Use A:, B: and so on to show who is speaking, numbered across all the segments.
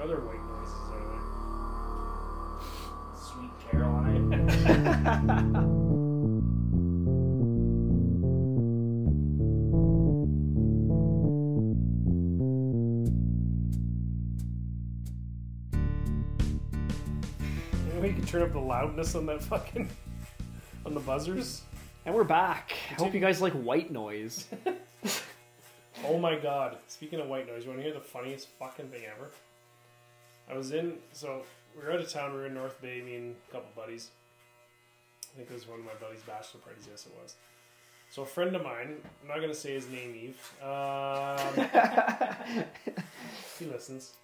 A: other white noises are there?
B: Sweet Caroline.
A: Maybe we can turn up the loudness on that fucking on the buzzers.
C: And we're back. I hope you guys like white noise.
A: Oh my god! Speaking of white noise, you want to hear the funniest fucking thing ever? I was in so we were out of town. We were in North Bay, me and a couple buddies. I think it was one of my buddies' bachelor parties. Yes, it was. So a friend of mine, I'm not gonna say his name, Eve. Um, he listens.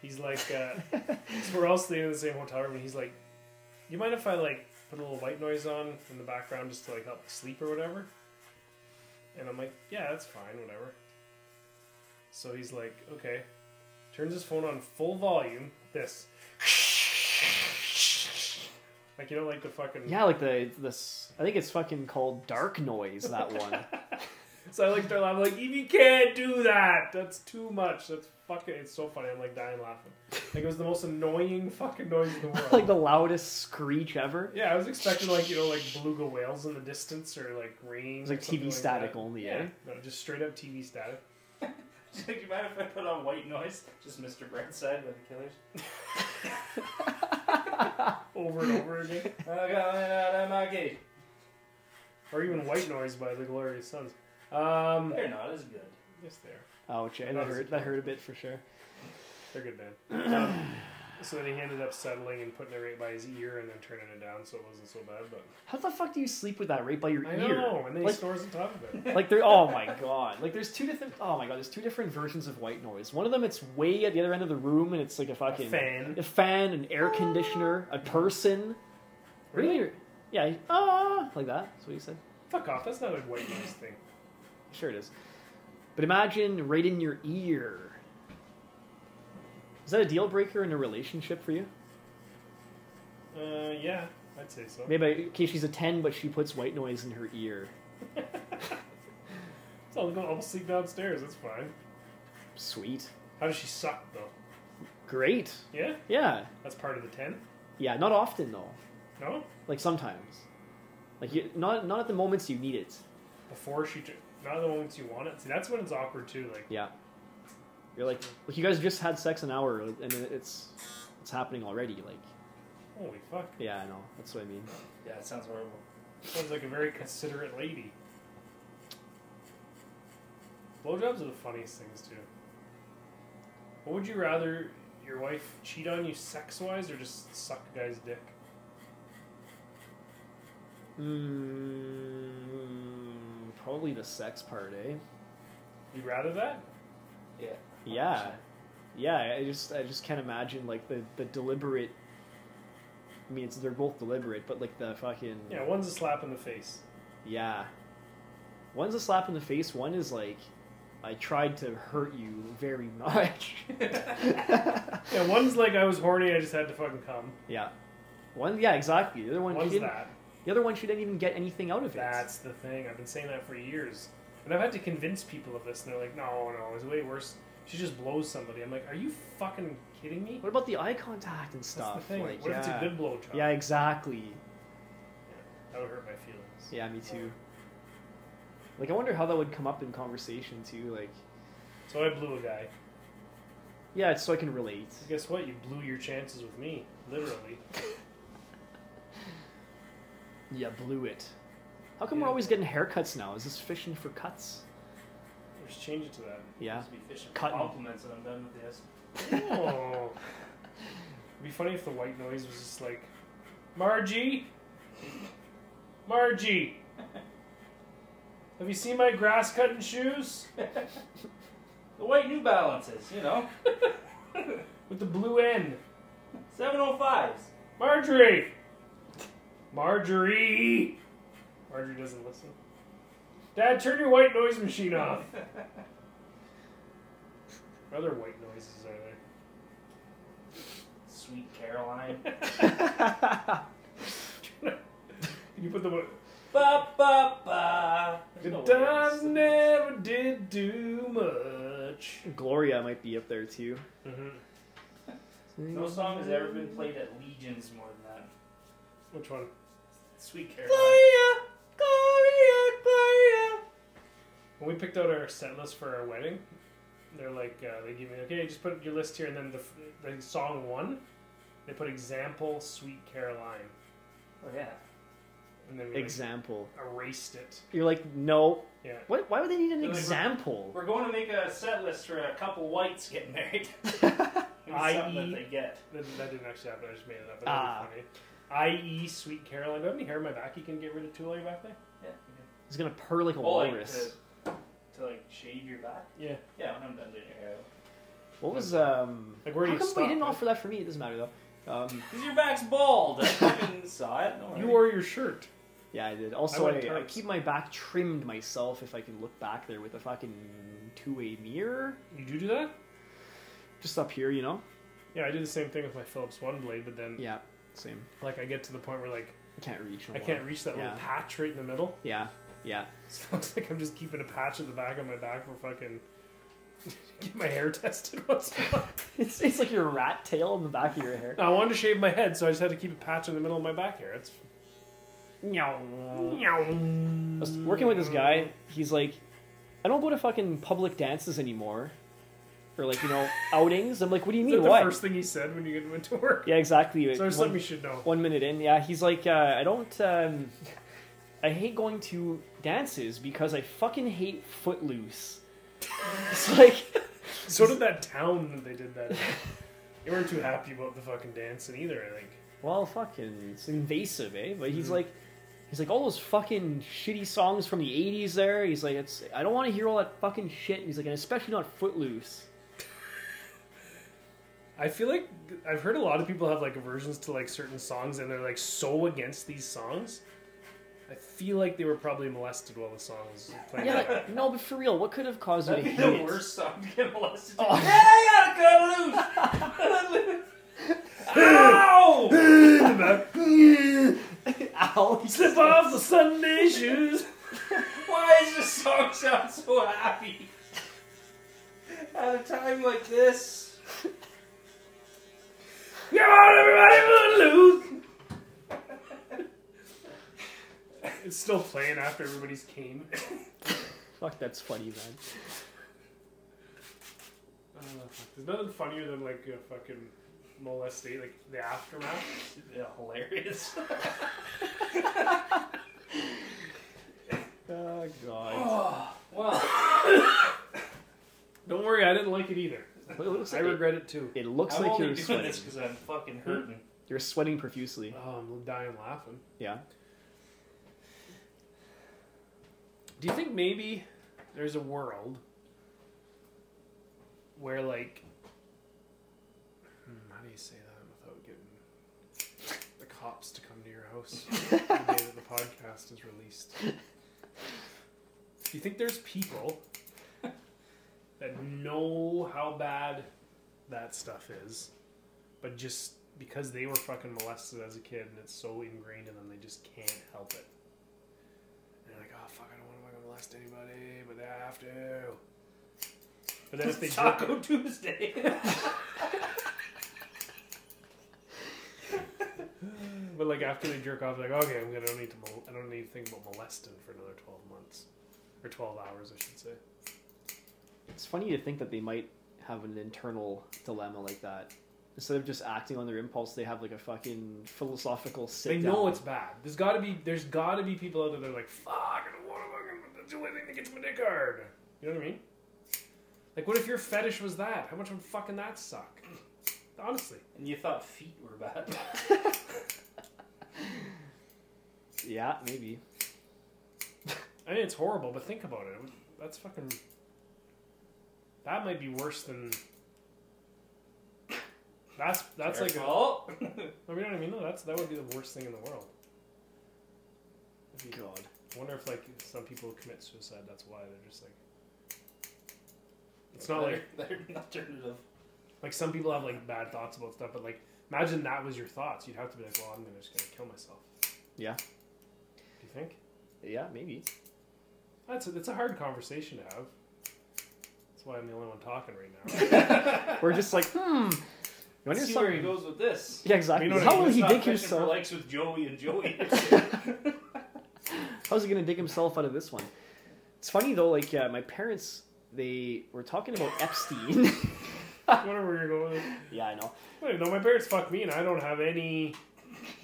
A: He's like, uh, so we're all staying in the same hotel room, and he's like, "You mind if I like put a little white noise on in the background just to like help me sleep or whatever?" And I'm like, "Yeah, that's fine, whatever." So he's like, "Okay," turns his phone on full volume. This, like you know, like the fucking
C: yeah, like the this. I think it's fucking called dark noise. That one.
A: So I like start laughing. I'm like, Eve, you can't do that. That's too much. That's fucking. It's so funny. I'm like dying laughing. Like it was the most annoying fucking noise in the world.
C: like the loudest screech ever.
A: yeah, I was expecting like you know like beluga whales in the distance or like rain.
C: It's like
A: or something
C: TV static
A: that.
C: only,
A: Yeah,
C: eh?
A: no, just straight up TV static.
B: She's like, do you mind if I put on white noise? Just Mr. Brightside by the Killers.
A: Over and over again,
B: I'm going out of my gate.
A: or even white noise by the Glorious Sons. Um,
B: They're not as good.
A: yes, they are.
C: Ouch! Yeah, that hurt. That hurt a bit for sure.
A: They're good band. Um, so then he ended up settling and putting it right by his ear and then turning it down, so it wasn't so bad. But
C: How the fuck do you sleep with that right by your
A: I
C: ear?
A: know, and then he
C: like,
A: snores on top of it.
C: like there. Oh my god! Like there's two different. Oh my god! There's two different versions of white noise. One of them, it's way at the other end of the room, and it's like a fucking
A: fan. Ah.
C: a fan, an air conditioner, a person. Really? Yeah. he- Ah, like that. That's what he said.
A: Fuck off. That's not a white noise thing.
C: Sure it is. But imagine right in your ear. Is that a deal breaker in a relationship for you?
A: Uh, yeah, I'd say so.
C: Maybe okay, she's a ten, but she puts white noise in her ear.
A: So I'll go. I'll sleep downstairs. That's fine.
C: Sweet.
A: How does she suck though?
C: Great.
A: Yeah,
C: Yeah.
A: that's part of the ten.
C: Yeah. Not often though.
A: No,
C: Like sometimes. Like you, not not at the moments you need it.
A: before she. T- not the moments you want it. See, that's when it's awkward too. Like
C: Yeah. You're like, like you guys just had sex an hour, and it's it's happening already. Like,
A: holy fuck,
C: yeah, I know. That's what I mean.
B: Yeah, it sounds horrible.
A: sounds like a very considerate lady. Blowjobs are the funniest things too. What would you rather your wife cheat on you sex wise or just suck a guy's dick?
C: Mm, Hmm. probably the sex part, eh?
A: You'd rather that?
B: Yeah.
C: Yeah, yeah. I just I just can't imagine like the the deliberate. I mean, it's they're both deliberate, but like the fucking
A: Yeah, one's a slap in the face.
C: yeah. One's a slap in the face. One is like, I tried to hurt you very much.
A: Yeah, one's like I was horny, I just had to fucking come.
C: yeah. One, yeah, exactly. The other one, she
A: One's
C: didn't,
A: that.
C: the other one, she didn't even get anything out of it.
A: That's the thing. I've been saying that for years. And I've had to convince people of this, and they're like, no, no, it's way worse. She just blows somebody. I'm like, are you fucking kidding me?
C: What about the eye contact and
A: That's
C: stuff?
A: the thing.
C: Like,
A: what
C: yeah.
A: if it's a good blowjob?
C: yeah, exactly.
A: That would hurt my feelings.
C: Yeah, me too. Like, I wonder how that would come up in conversation too. Like,
A: So I blew a guy.
C: yeah, it's so I can relate.
A: So guess what? You blew your chances with me. Literally.
C: Yeah, blew it. How come
A: Yeah.
C: we're always getting haircuts now? Is this fishing for cuts?
A: Let's change it to that.
C: Yeah.
B: Just be fishing for
C: Cotton.
B: compliments and I'm done with this.
A: Oh. It'd be funny if the white noise was just like, Margie! Margie! Have you seen my grass cutting shoes?
B: The white New Balances, you know.
A: With the blue end.
B: 705s.
A: Marjorie! Marjorie! Marjorie doesn't listen. Dad, turn your white noise machine off. What other white noises are there?
B: Sweet Caroline.
A: Can you put the one-
B: ba ba ba. There's no
A: The
B: words.
A: times never did do much.
C: Gloria might be up there too.
A: Mm-hmm.
B: No song has ever been played at legions more than that.
A: Which one?
B: Sweet Caroline.
C: Gloria, Gloria, Gloria.
A: When we picked out our set list for our wedding, they're like, uh, they give me, okay, just put your list here, and then the, the song one, they put example Sweet Caroline.
B: Oh yeah.
A: And then we like,
C: Example.
A: erased it.
C: You're like, no.
A: Yeah.
C: What, why would they need an
B: They're like,
C: example?
B: We're going to make a set list for a couple whites getting married. Maybe
A: I
B: something
A: eat-
B: that they get.
A: That, that didn't actually happen, I just made it up. But
C: Ah.
A: that'd be funny. I.E. Sweet Caroline. Do I have any hair in my back you can get rid of too later back there?
B: Yeah.
C: He's gonna purr like a
A: Oh,
B: Well, like
C: walrus.
B: to, to like shave your back.
A: Yeah.
B: Yeah, when I'm done doing your hair.
C: What was um?
A: Like, where do
C: how
A: you
C: come
A: stop
C: they didn't
A: it?
C: offer that for me? It doesn't matter though. Um,
B: Cause your back's bald. I fucking saw it. Don't
A: You
B: worry.
A: wore your shirt.
C: yeah, I did.
A: I
C: Also,
A: went
C: I, I
A: turks.
C: keep my back trimmed myself if I can look back there with a fucking two-way mirror,
A: You do do that?
C: just up here, you know.
A: Yeah, I do the same thing with my Phillips One blade, but then
C: Yeah, same.
A: like I get to the point where like
C: I can't reach.
A: Mm. I
C: no
A: can't
C: more.
A: reach that little
C: Yeah.
A: patch right in the middle.
C: Yeah, yeah.
A: So it's like I'm just keeping a patch at the back of my back for fucking get my hair tested once in a while.
C: It's it's like your rat tail on the back of your hair.
A: I wanted to shave my head, so I just had to keep a patch in the middle of my back hair. It's
C: I was working with this guy. He's like, I don't go to fucking public dances anymore, or like you know outings. I'm like, what do you
A: Is
C: mean?
A: that the
C: What?
A: first thing he said when you went to work?
C: Yeah, exactly.
A: So I just
C: One-
A: let me should know.
C: one minute in yeah he's like uh, i don't um, i hate going to dances because i fucking hate footloose it's like
A: So did that town that they did that. in. They weren't too happy about the fucking dancing either. I think.
C: well fucking it's invasive eh but he's
B: Mm-hmm.
A: Mhm.
C: like he's like all those fucking shitty songs from the 80s there he's like it's i don't want to hear all that fucking shit and he's like and especially not footloose
A: I feel like I've heard a lot of people have like aversions to like certain songs, and they're like so against these songs. I feel like they were probably molested while the song was playing.
C: yeah like, no but for real what could have caused you to
B: That'd be
C: hate
B: the
C: it?
B: worst song to get molested. to.
C: Oh.
B: Hey, I gotta cut loose. Ow!
C: Ow.
A: Slip off the Sunday shoes.
B: Why does this song sound so happy? At a time like this.
A: Come on, everybody, we'll lose. It's still playing after everybody's came.
C: fuck that's funny man
A: There's nothing funnier than like a fucking molestate, like the aftermath.
B: Yeah, hilarious.
C: oh god
B: Oh, well,
A: Don't worry, I didn't like it either.
C: it looks
A: I
C: like, it,
A: regret it too.
C: it looks
B: I'm
C: like
B: only
C: you're
B: doing
C: sweating
B: this because I'm fucking hurting.
C: you're sweating profusely
A: Oh, I'm dying laughing.
C: yeah
A: Do you think maybe there's a world where like hmm, how do you say that without getting the cops to come to your house the day that the podcast is released? Do you think there's people that know how bad that stuff is, but just because they were fucking molested as a kid and it's so ingrained in them, they just can't help it? And they're like, oh fuck, I don't want to fucking molest anybody, but I have to. But then if they jerk,
B: Taco Tuesday.
A: but like after they jerk off, they're like okay, I'm gonna I don't need to mol- I don't need to think about molesting for another twelve months or twelve hours, I should say.
C: It's funny to think that they might have an internal dilemma like that. Instead of just acting on their impulse, they have like a fucking philosophical sit
A: they know
C: down.
A: it's bad. There's gotta be there's gotta be people out there that are like fuck, I don't want to fucking do anything that gets my dick hard. You know what I mean? Like what if your fetish was that? How much would fucking that suck? Honestly,
B: and you thought feet were bad.
C: yeah, maybe.
A: I mean it's horrible, but think about it. That's fucking. That might be worse than. That's that's like a,
B: oh.
A: I mean, you know what I mean? No, that's that would be the worst thing in the world. If you-
C: God,
A: I wonder if like some people commit suicide. That's why they're just like. It's not like
B: they're an alternative.
A: like some people have like bad thoughts about stuff, but like imagine that was your thoughts. You'd have to be like, well, I'm gonna just gonna kill myself.
C: Yeah.
A: Do you think
C: yeah, maybe.
A: that's a, that's a hard conversation to have? That's why I'm the only one talking right now.
C: We're just like, hmm, You wanna hear
B: see where he
C: something-
B: goes with this.
C: Yeah, exactly.
A: You know what I
C: How
A: mean?
C: will
B: Let's
C: he
B: not
C: dig
B: fishing for
C: himself?
B: likes with Joey and Joey.
C: How's he gonna dig himself out of this one? It's funny though. Like uh, my parents, they were talking about Epstein.
A: Whatever you're going with.
C: yeah, I know.
A: Wait, no, my parents fuck me, and I don't have any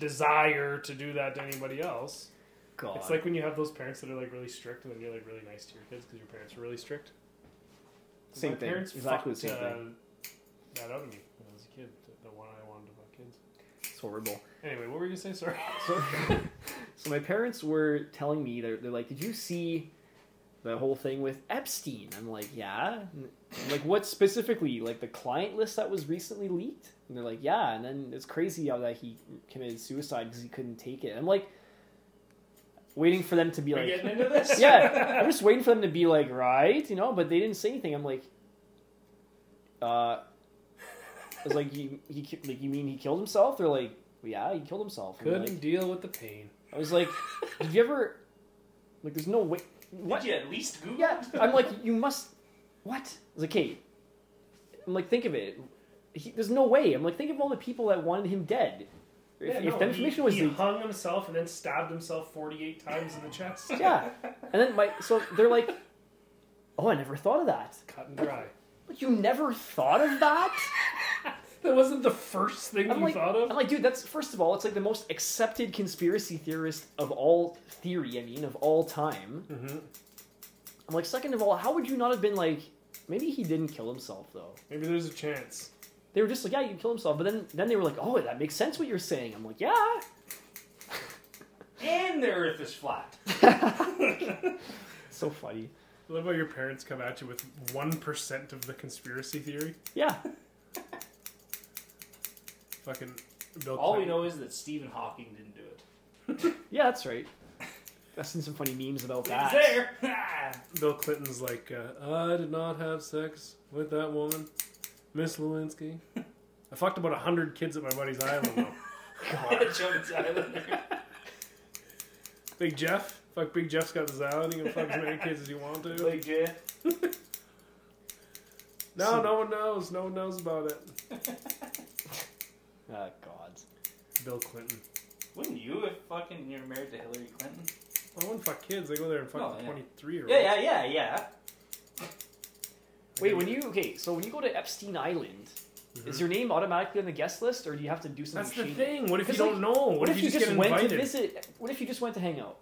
A: desire to do that to anybody else.
C: God,
A: It's like when you have those parents that are like really strict, and then you're like really nice to your kids because your parents are really strict. 'Cause
C: Same
A: my
C: thing.
A: Parents
C: Exactly the
A: fucked,
C: same thing.
A: uh, That out of me when I was a kid. the- The one I wanted to fuck kids.
C: it's horrible.
A: Anyway, what were you gonna say? Sorry.
C: So, so my parents were telling me they're, they're like, "Did you see the whole thing with Epstein?" I'm like, "Yeah." And I'm like, what specifically? Like the client list that was recently leaked? And they're like, "Yeah." And then it's crazy how that he committed suicide because he couldn't take it. I'm like, waiting for them to be
B: We're
C: like,
B: getting into this.
C: yeah, I'm just waiting for them to be like, right, you know, but they didn't say anything. I'm like, uh, I was like, you, he, ki- like, you mean he killed himself? They're like, yeah, he killed himself. I'm like-
A: deal with the pain.
C: I was like, did you ever, like, there's no way, what?
B: Did you at least Google?
C: Yeah,
B: it?
C: I'm like, you must, what? I was like, hey, I'm like, think of it. He, there's no way. I'm like, think of all the people that wanted him dead. If,
A: Yeah,
C: if
A: no,
C: that
A: he-
C: information was
A: he
C: leaked,
A: hung himself and then stabbed himself 48 times in the chest.
C: yeah. And then my, so they're like, oh, I never thought of that.
A: Cut and dry.
C: Like, you never thought of that?
A: That wasn't the first thing
C: I'm
A: you
C: like,
A: thought of.
C: I'm like, dude, that's first of all, it's like the most accepted conspiracy theorist of all theory. I mean, of all time.
A: Mhm.
C: I'm like, second of all, how would you not have been like, maybe he didn't kill himself though?
A: Maybe there's a chance.
C: They were just like, yeah, you killed himself, but then then they were like, oh, that makes sense what you're saying. I'm like, yeah.
B: And the Earth is flat.
C: so funny.
A: I love how your parents come at you with 1% of the conspiracy theory.
C: Yeah,
A: Fucking Bill
B: All we
A: Clinton.
B: know is that Stephen Hawking didn't do it.
C: yeah, that's right. I've seen some funny memes about that.
B: It's there. Ah.
A: Bill Clinton's like, uh, I did not have sex with that woman, Miss Lewinsky. I fucked about 100 kids at my buddy's island, though.
C: God.
B: Jonas Island.
A: Big Jeff? Fuck Big Jeff's got his island. He can fuck as many kids as he wants to.
B: Like Jeff.
A: no, no one knows. No one knows about it.
C: Ah, God.
A: Bill Clinton.
B: Wouldn't you if fucking you're married to Hillary Clinton?
A: I wouldn't fuck kids. They go there and fuck
B: No,
A: the
B: yeah.
A: 23 year old.
B: Yeah, yeah, yeah, yeah.
C: Wait, when you okay? So when you go Hmm? to Epstein Island, is your name automatically on the guest list, or do you have to do something?
A: Mm-hmm. That's the
C: shady?
A: thing. What if you
C: Because,
A: don't know? What, if, you just, get
C: went
A: invited?
C: to visit? What if you just went to hang out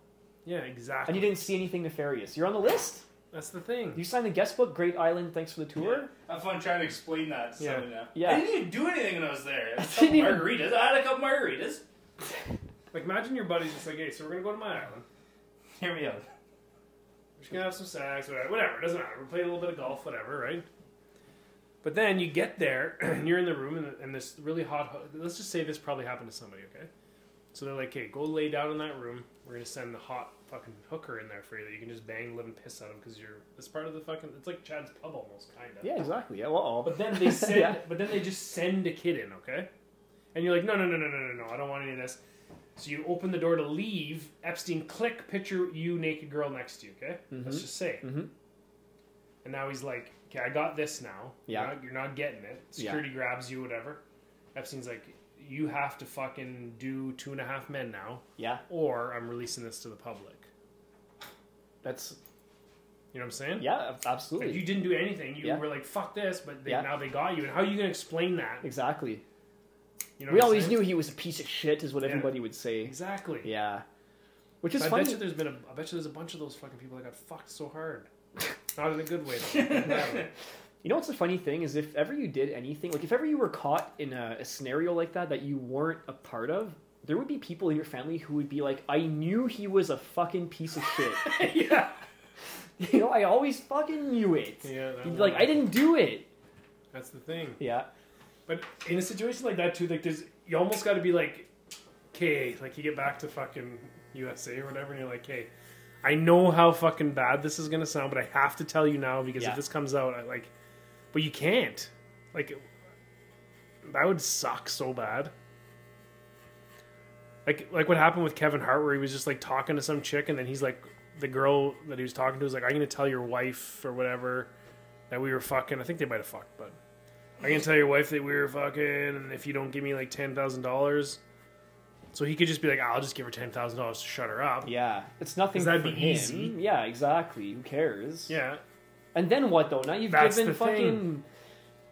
A: Yeah, exactly.
C: and you didn't see anything nefarious? You're on the list.
A: That's the thing.
C: You signed the guest book. Great island. Thanks for the tour.
B: Have fun trying to explain that. To
A: Yeah.
B: someone now.
C: Yeah.
B: I didn't even do anything when I was there. I had a
C: I didn't
B: couple margaritas. I had a couple margaritas.
A: Like, imagine your buddy's just like, hey, so we're gonna go to my island.
B: Hear me out.
A: We're just gonna have some sex, whatever. Whatever, it doesn't matter. We'll play a little bit of golf, whatever, right? But then you get there and you're in the room and, and this really hot. ho- Let's just say this probably happened to somebody, okay? So they're like, hey, go lay down in that room. We're gonna send the hot fucking hooker in there for you that you can just bang living piss out of because you're. It's part of the fucking. It's like Chad's pub almost, kind of.
C: Yeah. Exactly. Yeah. Well.
A: But then they send,
C: Yeah.
A: but then they just send a kid in, okay? And you're like, no, no, no, no, no, no, no, I don't want any of this. So you open the door to leave. Epstein, click, picture you naked girl next to you, okay? Let's
C: Mhm.
A: just say.
C: Mhm.
A: And now he's like, okay, I got this now.
C: Yeah.
A: You're not, you're not getting it.
C: Yeah.
A: Security grabs you, whatever. Epstein's like, you have to fucking do two and a half men now,
C: Yeah.
A: or I'm releasing this to the public.
C: That's.
A: You know what I'm saying?
C: Yeah. ab-
A: Like, you
C: Absolutely.
A: didn't do anything. You
C: Yeah.
A: were like, fuck this, but they,
C: Yeah.
A: now they got you. And how are you going to explain that?
C: Exactly.
A: You know
C: we
A: what I'm
C: always
A: saying?
C: knew he was a piece of shit, is what
A: Yeah.
C: everybody would say.
A: Exactly.
C: Yeah. Which is
A: I
C: funny.
A: bet you there's been a. I bet you there's a bunch of those fucking people that got fucked so hard. Not in a good way. Though. Yeah.
C: You know what's the funny thing is if ever you did anything, like if ever you were caught in a, a scenario like that that you weren't a part of, there would be people in your family who would be like, "I knew he was a fucking piece of shit."
A: yeah.
C: you know, I always fucking knew it.
A: Yeah. that
C: You'd
A: one.
C: be like, "I didn't do it."
A: That's the thing.
C: Yeah,
A: But in a situation like that too, like there's you almost got to be like, okay, like you get back to fucking USA or whatever, and you're like, hey, I know how fucking bad this is gonna sound, but I have to tell you now because
C: Yeah.
A: if this comes out, I like, but you can't. Like, that would suck so bad. Like, like what happened with Kevin Hart, where he was just like talking to some chick, and then he's like, the girl that he was talking to was like, "I'm gonna tell your wife or whatever that we were fucking." I think they might have fucked, but I can tell your wife that we were fucking, and if you don't give me like ten thousand dollars, so he could just be like, I'll just give her ten thousand dollars to shut her up.
C: Yeah, it's nothing.
A: 'Cause that'd
C: for
A: be
C: him.
A: easy.
C: Yeah, exactly. Who cares?
A: Yeah,
C: And then what though? Now you've
A: That's
C: given
A: the thing.
C: fucking.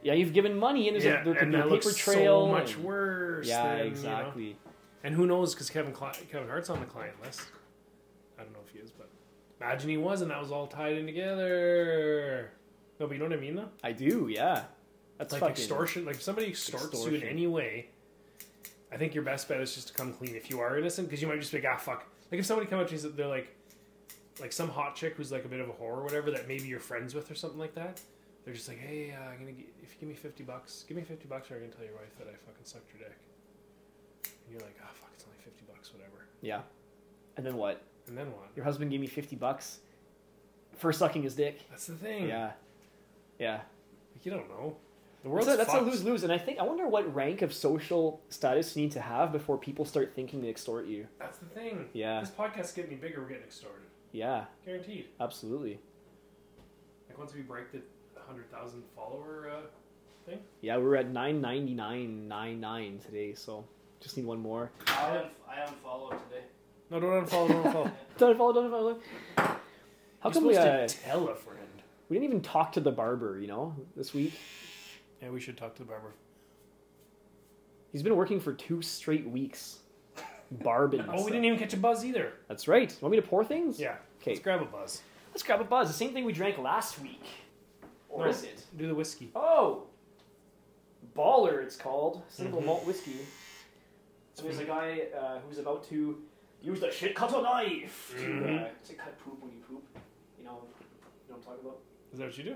C: Yeah, you've given money, and there's
A: yeah,
C: a, there could
A: and
C: be a
A: that looks
C: paper trail.
A: so much
C: and-
A: worse.
C: Yeah,
A: than, you know.
C: exactly.
A: And who knows? Because Kevin Cli Kevin Hart's on the client list. I don't know if he is, but imagine he was, and that was all tied in together. No, but you know what I mean, though.
C: I do. Yeah, that's
A: like
C: fucking,
A: extortion. Like if somebody extorts you in
C: Extortion.
A: any way, I think your best bet is just to come clean if you are innocent, because you might just be like, ah, fuck. Like if somebody come up to you, and they're like, like some hot chick who's like a bit of a whore or whatever that maybe you're friends with or something like that. They're just like, hey, uh, I'm gonna gi- if you give me fifty bucks, give me fifty bucks, or I'm gonna tell your wife that I fucking sucked your dick. And you're like, ah, fuck, it's only fifty bucks, whatever.
C: Yeah, and then what?
A: And then what?
C: Your husband gave me fifty bucks for sucking his dick.
A: That's the thing.
C: Yeah, yeah.
A: Like, you don't know. The
C: That's
A: world's
C: a, that's a
A: fucked.
C: lose lose, and I think I wonder what rank of social status you need to have before people start thinking they extort you.
A: That's the thing.
C: Yeah.
A: This podcast's getting any bigger, we're getting extorted,
C: Yeah,
A: guaranteed.
C: absolutely.
A: Like once we break the hundred thousand follower, uh,
C: Yeah, we were at nine ninety nine nine nine today, so just need one more.
B: I haven't, I haven't followed today.
A: no, don't unfollow, don't unfollow.
C: Don't follow, don't follow. How
A: You're
C: come we
A: supposed
C: uh,
A: to tell a friend?
C: we didn't even talk to the barber? You know, this week
A: Yeah, we should talk to the barber.
C: he's been working for two straight weeks, barbing.
A: Oh, we didn't even catch a buzz either.
C: That's right. Want me to pour things?
A: Yeah.
C: 'Kay.
A: Let's grab a buzz.
C: Let's grab a buzz. The same thing we drank last week. Or
A: No.
C: is it?
A: Do the whiskey.
C: Oh! Baller, it's called. Simple
A: Mhm.
C: malt whiskey. So there's a guy uh, who's about to use the shit cutter knife to, uh,
A: Mhm.
C: to cut poop when you poop. You know, you know what I'm talking about?
A: Is that what you do?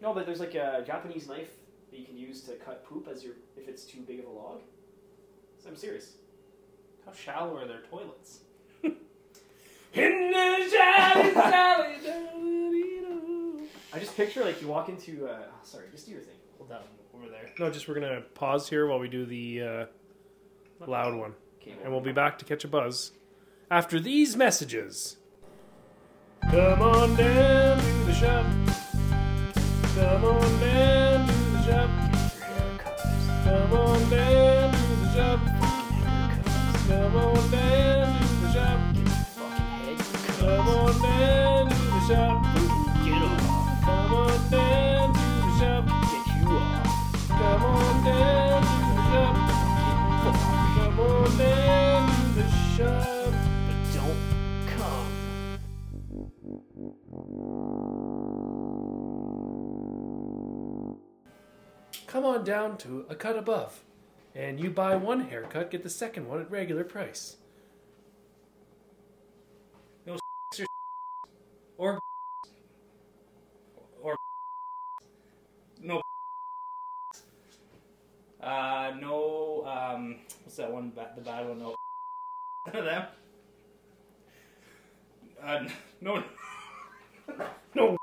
C: No, but there's like a Japanese knife that you can use to cut poop as your if it's too big of a log. So I'm serious.
B: How shallow are their toilets?
A: In the
C: shabby
A: sally,
C: I just picture like you walk into. Uh, oh, sorry, just do your thing.
B: Hold that one over there.
A: No, just we're gonna pause here while we do the uh, loud one,
C: Okay,
A: and we'll be back to catch a buzz after these messages. Come on down to the shop. Come on down to the shop. Come on down to the shop. Come on down to the shop. Come on down to the shop. Come on down to the shop. Come on down to the shop. Come on down to the shop. Come on down to a cut above, and you buy one haircut, get the second one at regular price. No or
B: Or or no. Uh, no. Um, what's that one? Ba- the bad one. No. None of them. Uh, n- no. No.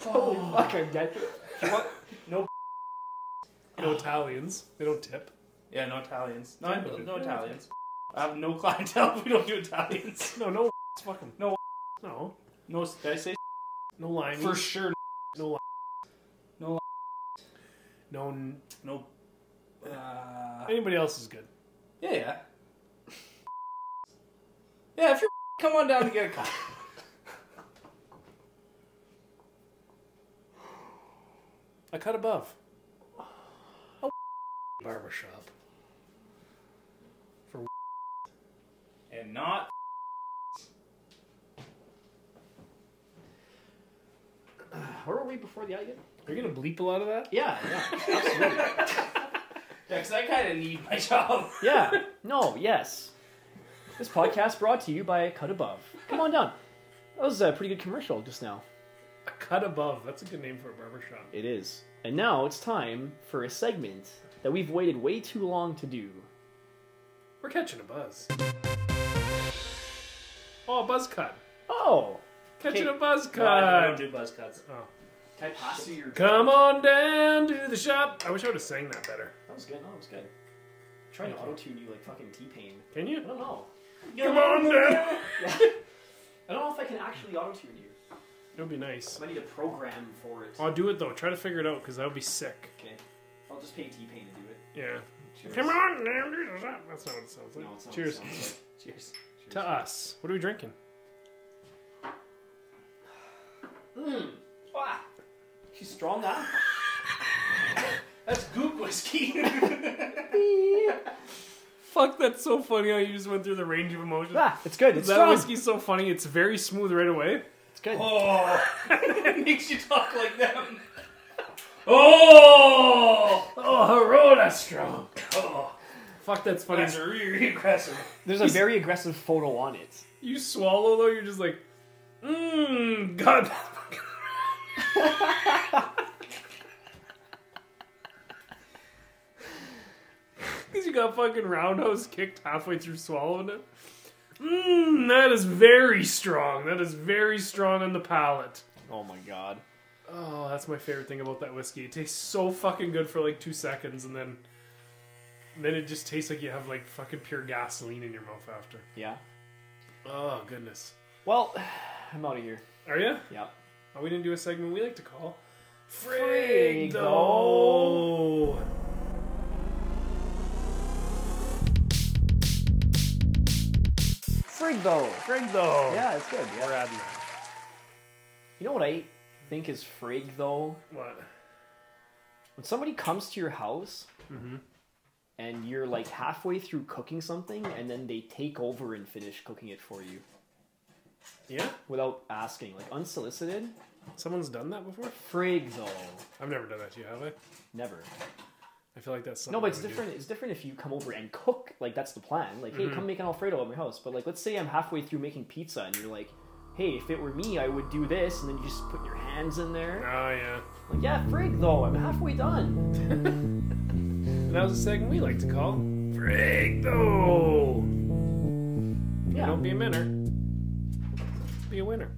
C: Holy fuck, I'm dead.
B: What?
A: no Italians. They don't tip.
B: Yeah, no Italians. No,
A: Yeah,
B: no
A: but-
B: Italians. I have no clientele if we don't do Italians.
A: No, no. Fuck 'em.
B: No.
A: No.
B: No, did I say
A: No lime.
B: for sure?
A: No lime.
B: No
A: No. n-
B: No. Uh, yeah,
A: Anybody else is good.
B: yeah. Yeah, if you're come on down to get a coffee.
A: A cut above. A barber shop.
B: and not.
C: Where were we before the idea?
A: Are you gonna bleep a lot of that?
C: Yeah, yeah.
B: Yeah, because I kind of need my job.
C: Yeah. No. Yes. This podcast brought to you by Cut Above. Come on down. That was a pretty good commercial just now.
A: A cut above. That's a good name for a barber shop.
C: It is. And now it's time for a segment that we've waited way too long to do.
A: We're catching a buzz. Oh, a buzz cut.
C: Oh.
A: Catching
C: Okay.
A: a buzz
B: No, I don't
A: cut.
B: do buzz cuts.
A: Oh.
C: Can I pass you your?
A: Come on down to the shop. I wish I would have sang that better.
C: That was good. That was good. trying to
A: Thank you.
C: auto tune you like fucking T Pain.
A: Can
C: I
A: you?
C: don't know.
A: Come on, Dan.
C: Yeah. I don't know if I can actually auto tune you.
A: It would be nice.
C: So I need a program for it.
A: I'll do it though. Try to figure it out because that would be sick.
C: Okay. I'll just pay T Pain to do it.
A: Yeah.
C: Cheers.
A: Come on, Dan. do that. That's not what it sounds like.
C: No, it's not
A: Cheers.
C: what it sounds like. Cheers.
A: To us. What are we drinking?
C: Mmm. Ah. She's strong now. That's goop whiskey.
A: Fuck, that's so funny how you just went through the range of emotions.
C: ah, it's good. It's
A: that
C: strong.
A: whiskey's so funny. It's very smooth right away.
C: It's good.
B: Oh, it makes you talk like them. Oh,
A: Oh, hello, that's strong.
B: oh
A: Fuck, that's funny.
B: that's really aggressive.
C: There's a very aggressive photo on it.
A: You swallow though, you're just like, mmm, God. Because you got fucking roundhouse kicked halfway through swallowing it. Mmm, that is very strong. That is very strong on the palate.
C: Oh my god.
A: Oh, that's my favorite thing about that whiskey. It tastes so fucking good for like two seconds, and then, then it just tastes like you have like fucking pure gasoline in your mouth after.
C: Yeah.
A: Oh goodness.
C: Well, I'm out of here.
A: Are you?
C: Yeah.
A: Oh, we didn't do a segment we like to call
C: Frig
A: Though.
C: Frig though.
A: Frig Though.
C: Yeah, it's good.
A: Oh, We're
C: Yeah.
A: adding that.
C: You know what I think is frig though?
A: What?
C: When somebody comes to your house
A: Mhm.
C: and you're like halfway through cooking something and then they take over and finish cooking it for you
A: Yeah?
C: without asking, like unsolicited.
A: Someone's done that before?
C: Frig though.
A: I've never done that to you, have I?
C: Never.
A: I feel like that's something
C: No, but it's
A: I would do.
C: different. It's different if you come over and cook. Like that's the plan. Like,
A: Mm-hmm.
C: hey, come make an Alfredo at my house. But like, let's say I'm halfway through making pizza, and you're like, hey, if it were me, I would do this, and then you just put your hands in there.
A: Oh, yeah.
C: Like, yeah, frig though, I'm halfway done.
A: And that was a segment we like to call Frig Though.
C: Yeah.
A: Don't be a minner. Be a winner.